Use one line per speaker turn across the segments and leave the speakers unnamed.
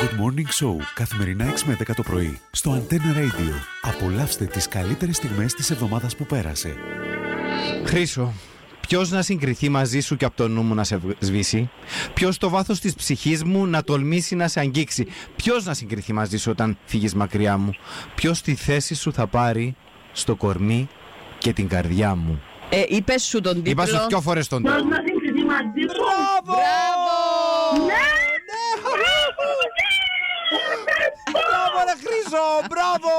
Good Morning Show, καθημερινά 6 με 10 το πρωί, στο Antenna Radio. Απολαύστε τις καλύτερες στιγμές της εβδομάδας που πέρασε.
Χρήσο, ποιος να συγκριθεί μαζί σου και από το νου μου να σε σβήσει. Ποιος στο βάθος της ψυχής μου να τολμήσει να σε αγγίξει. Ποιος να συγκριθεί μαζί σου όταν φύγεις μακριά μου. Ποιος τη θέση σου θα πάρει στο κορμί και την καρδιά μου.
Ε, είπες σου τον τίτλο.
Είπα σου πιο φορές τον
Ποιος
τίτλο.
να συγκριθεί μαζί σου.
Μπράβο!
Ναι!
Μπράβο, ρε Χρήσο! Μπράβο!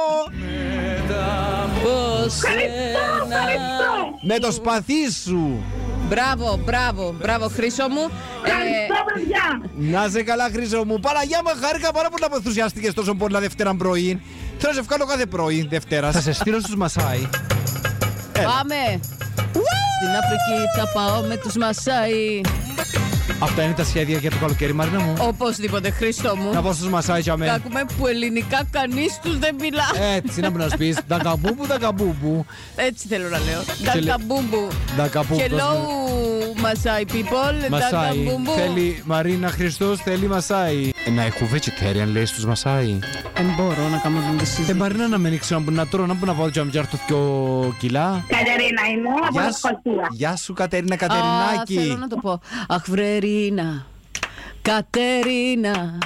Από
Ευχαριστώ,
σένα.
ευχαριστώ.
Με το σπαθί σου!
Μπράβο, μπράβο, μπράβο, Χρήσο μου. Ε,
Ευχαριστώ, παιδιά.
Να σε καλά, Χρήσο μου. Παναγιά μου, χάρηκα πάρα πολύ που ενθουσιάστηκες τόσο πολλά Δευτέρα πρωί. Θέλω να σε βγάλω κάθε πρωί Δευτέρας. Θα σε στείλω στους Μασάι.
πάμε. Στην Αφρική θα πάω με τους Μασάι.
Αυτά είναι τα σχέδια για το καλοκαίρι, Μαρίνα μου.
Οπωσδήποτε,
Να
Χρήστο μου.
πω στους Μασάι για
Τα
μένα.
ακούμε που ελληνικά κανείς τους δεν μιλά.
Έτσι, να μου να πει. Ντακαμπούπου, ντακαμπούπου.
Έτσι θέλω να λέω.
Χελε-
Ντακαμπούμπου.
Ντακαμπούμπου,
Hello, Masai people.
Μασάι.
Ντακαμπούμπου.
Θέλει Μαρίνα Χριστός, θέλει Μασάι. Να έχω vegetarian, λέει στους Μασάι.
Δεν μπορώ να κάνω την
Ε,
συζήτηση.
Μαρίνα να μην ξέρω να μπορώ να τρώω, να μπορώ να βάλω τζαμ για πιο κιλά.
Κατερίνα είμαι από
Γεια
τα
σου,
Σκοτία.
γεια σου Κατερίνα
Α, θέλω
Κατερινάκη.
να το πω. Αχ, Βρερίνα, Κατερίνα,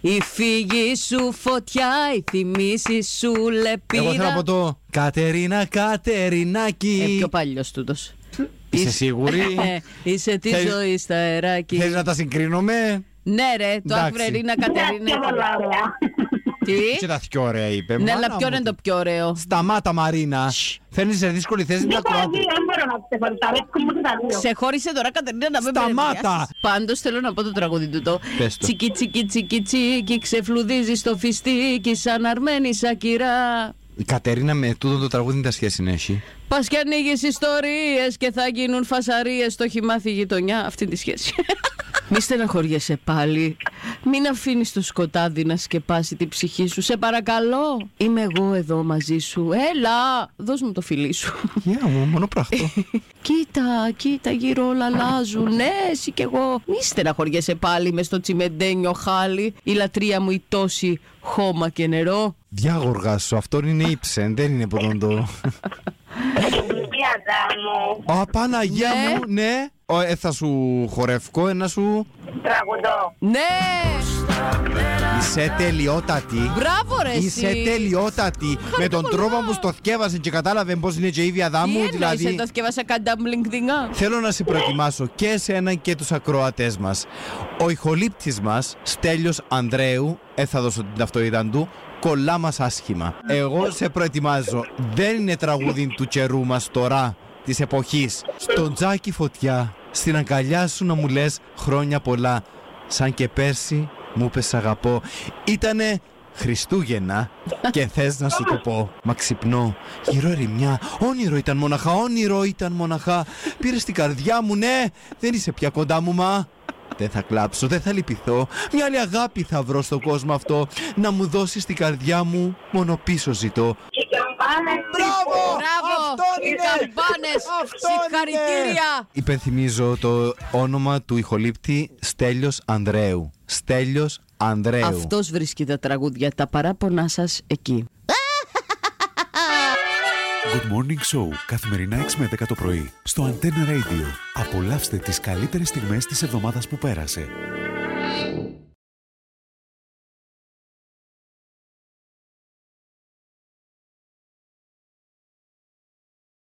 η φύγη σου φωτιά, η θυμίση σου λεπίδα.
Εγώ θέλω να πω το Κατερίνα
Ε,
Κατερινάκη.
πιο παλιός τούτος.
Είσαι σίγουρη.
Ναι, είσαι τη
Θέλεις-
ζωή στα αεράκι.
Θέλεις να τα συγκρίνουμε.
Ναι, ρε, το
Εντάξει.
Αχβρερίνα,
Ευχαριστώ,
Κατερίνα.
Ναι, πολλά ωραία.
Και
Τι.
τα πιο ωραία είπε.
Ναι,
Μάνα
αλλά ποιο
μου.
είναι το πιο ωραίο.
Σταμάτα Μαρίνα. Φέρνεις σε δύσκολη θέση
Και
να
τα
το
δύο, δεν μπορώ να ξεχωριστά. Αρέσκουν μου και τα δύο.
Ξεχώρισε τώρα Κατερίνα να με
Σταμάτα!
Πάντως θέλω να πω το τραγούδι του το.
Πες το.
Τσίκι τσίκι τσίκι τσίκι ξεφλουδίζεις στο φιστίκι σαν αρμένη σακυρά.
Η Κατερίνα με τούτο το τραγούδι τα σχέση να έχει.
Πας και ανοίγεις ιστορίες και θα γίνουν φασαρίες στο χυμάθι γειτονιά. Αυτή τη σχέση. Μη στεναχωριέσαι πάλι. Μην αφήνεις το σκοτάδι να σκεπάσει την ψυχή σου. Σε παρακαλώ. Είμαι εγώ εδώ μαζί σου. Έλα, δώσ' μου το φιλί σου.
Γεια μου, μόνο πράγμα.
Κοίτα, κοίτα, γύρω όλα αλλάζουν. Ναι, εσύ κι εγώ. Μη στεναχωριέσαι πάλι μες στο τσιμεντένιο χάλι. Η λατρεία μου η τόση χώμα και νερό.
Διάγοργα σου, αυτό είναι ύψεν, δεν είναι ποτόν
Ναι.
το.
Πιάτα μου.
Α, Παναγία
Ναι.
μου, ναι. Ω, ε, θα σου χορευκώ ένα σου.
Τραγουδό.
Ναι!
Είσαι τελειότατη.
Μπράβο, ρε,
Είσαι
εσύ.
τελειότατη. Με τον
πολλά.
τρόπο που στο θκεύασε και κατάλαβε πώς είναι και η ίδια
Τι
δάμου,
εννοείς,
δηλαδή.
τα θκεύασα καντάμπλινγκ δεινά.
Θέλω να σε προετοιμάσω και εσένα και τους ακροατές μας. Ο ηχολήπτης μας, Στέλιος Ανδρέου, ε, θα δώσω την ταυτότητα του, κολλά μας άσχημα. Εγώ σε προετοιμάζω. Δεν είναι τραγούδι του καιρού μας τώρα, της εποχής. Στον τζάκι φωτιά, στην αγκαλιά σου να μου λες χρόνια πολλά. Σαν και πέρσι μου πες αγαπώ. Ήτανε Χριστούγεννα και θες να σου το πω. Μα ξυπνώ, γύρω ερημιά. Όνειρο ήταν μοναχά, όνειρο ήταν μοναχά. Πήρες την καρδιά μου, ναι, δεν είσαι πια κοντά μου, μα. Δεν θα κλάψω, δεν θα λυπηθώ. Μια άλλη αγάπη θα βρω στον κόσμο αυτό. Να μου δώσεις την καρδιά μου, μόνο πίσω ζητώ.
Και καμπάνε.
Μπράβο!
Αυτό
Οι
είναι!
καμπάνες!
Αυτό
Συγχαρητήρια!
Υπενθυμίζω το όνομα του ηχολήπτη Στέλιος Ανδρέου. Στέλιος Ανδρέου.
Αυτός βρίσκει τα τραγούδια, τα παράπονά σας εκεί.
Good Morning Show, καθημερινά 6 με 10 το πρωί, στο Antenna Radio. Απολαύστε τις καλύτερες στιγμές της εβδομάδας που πέρασε.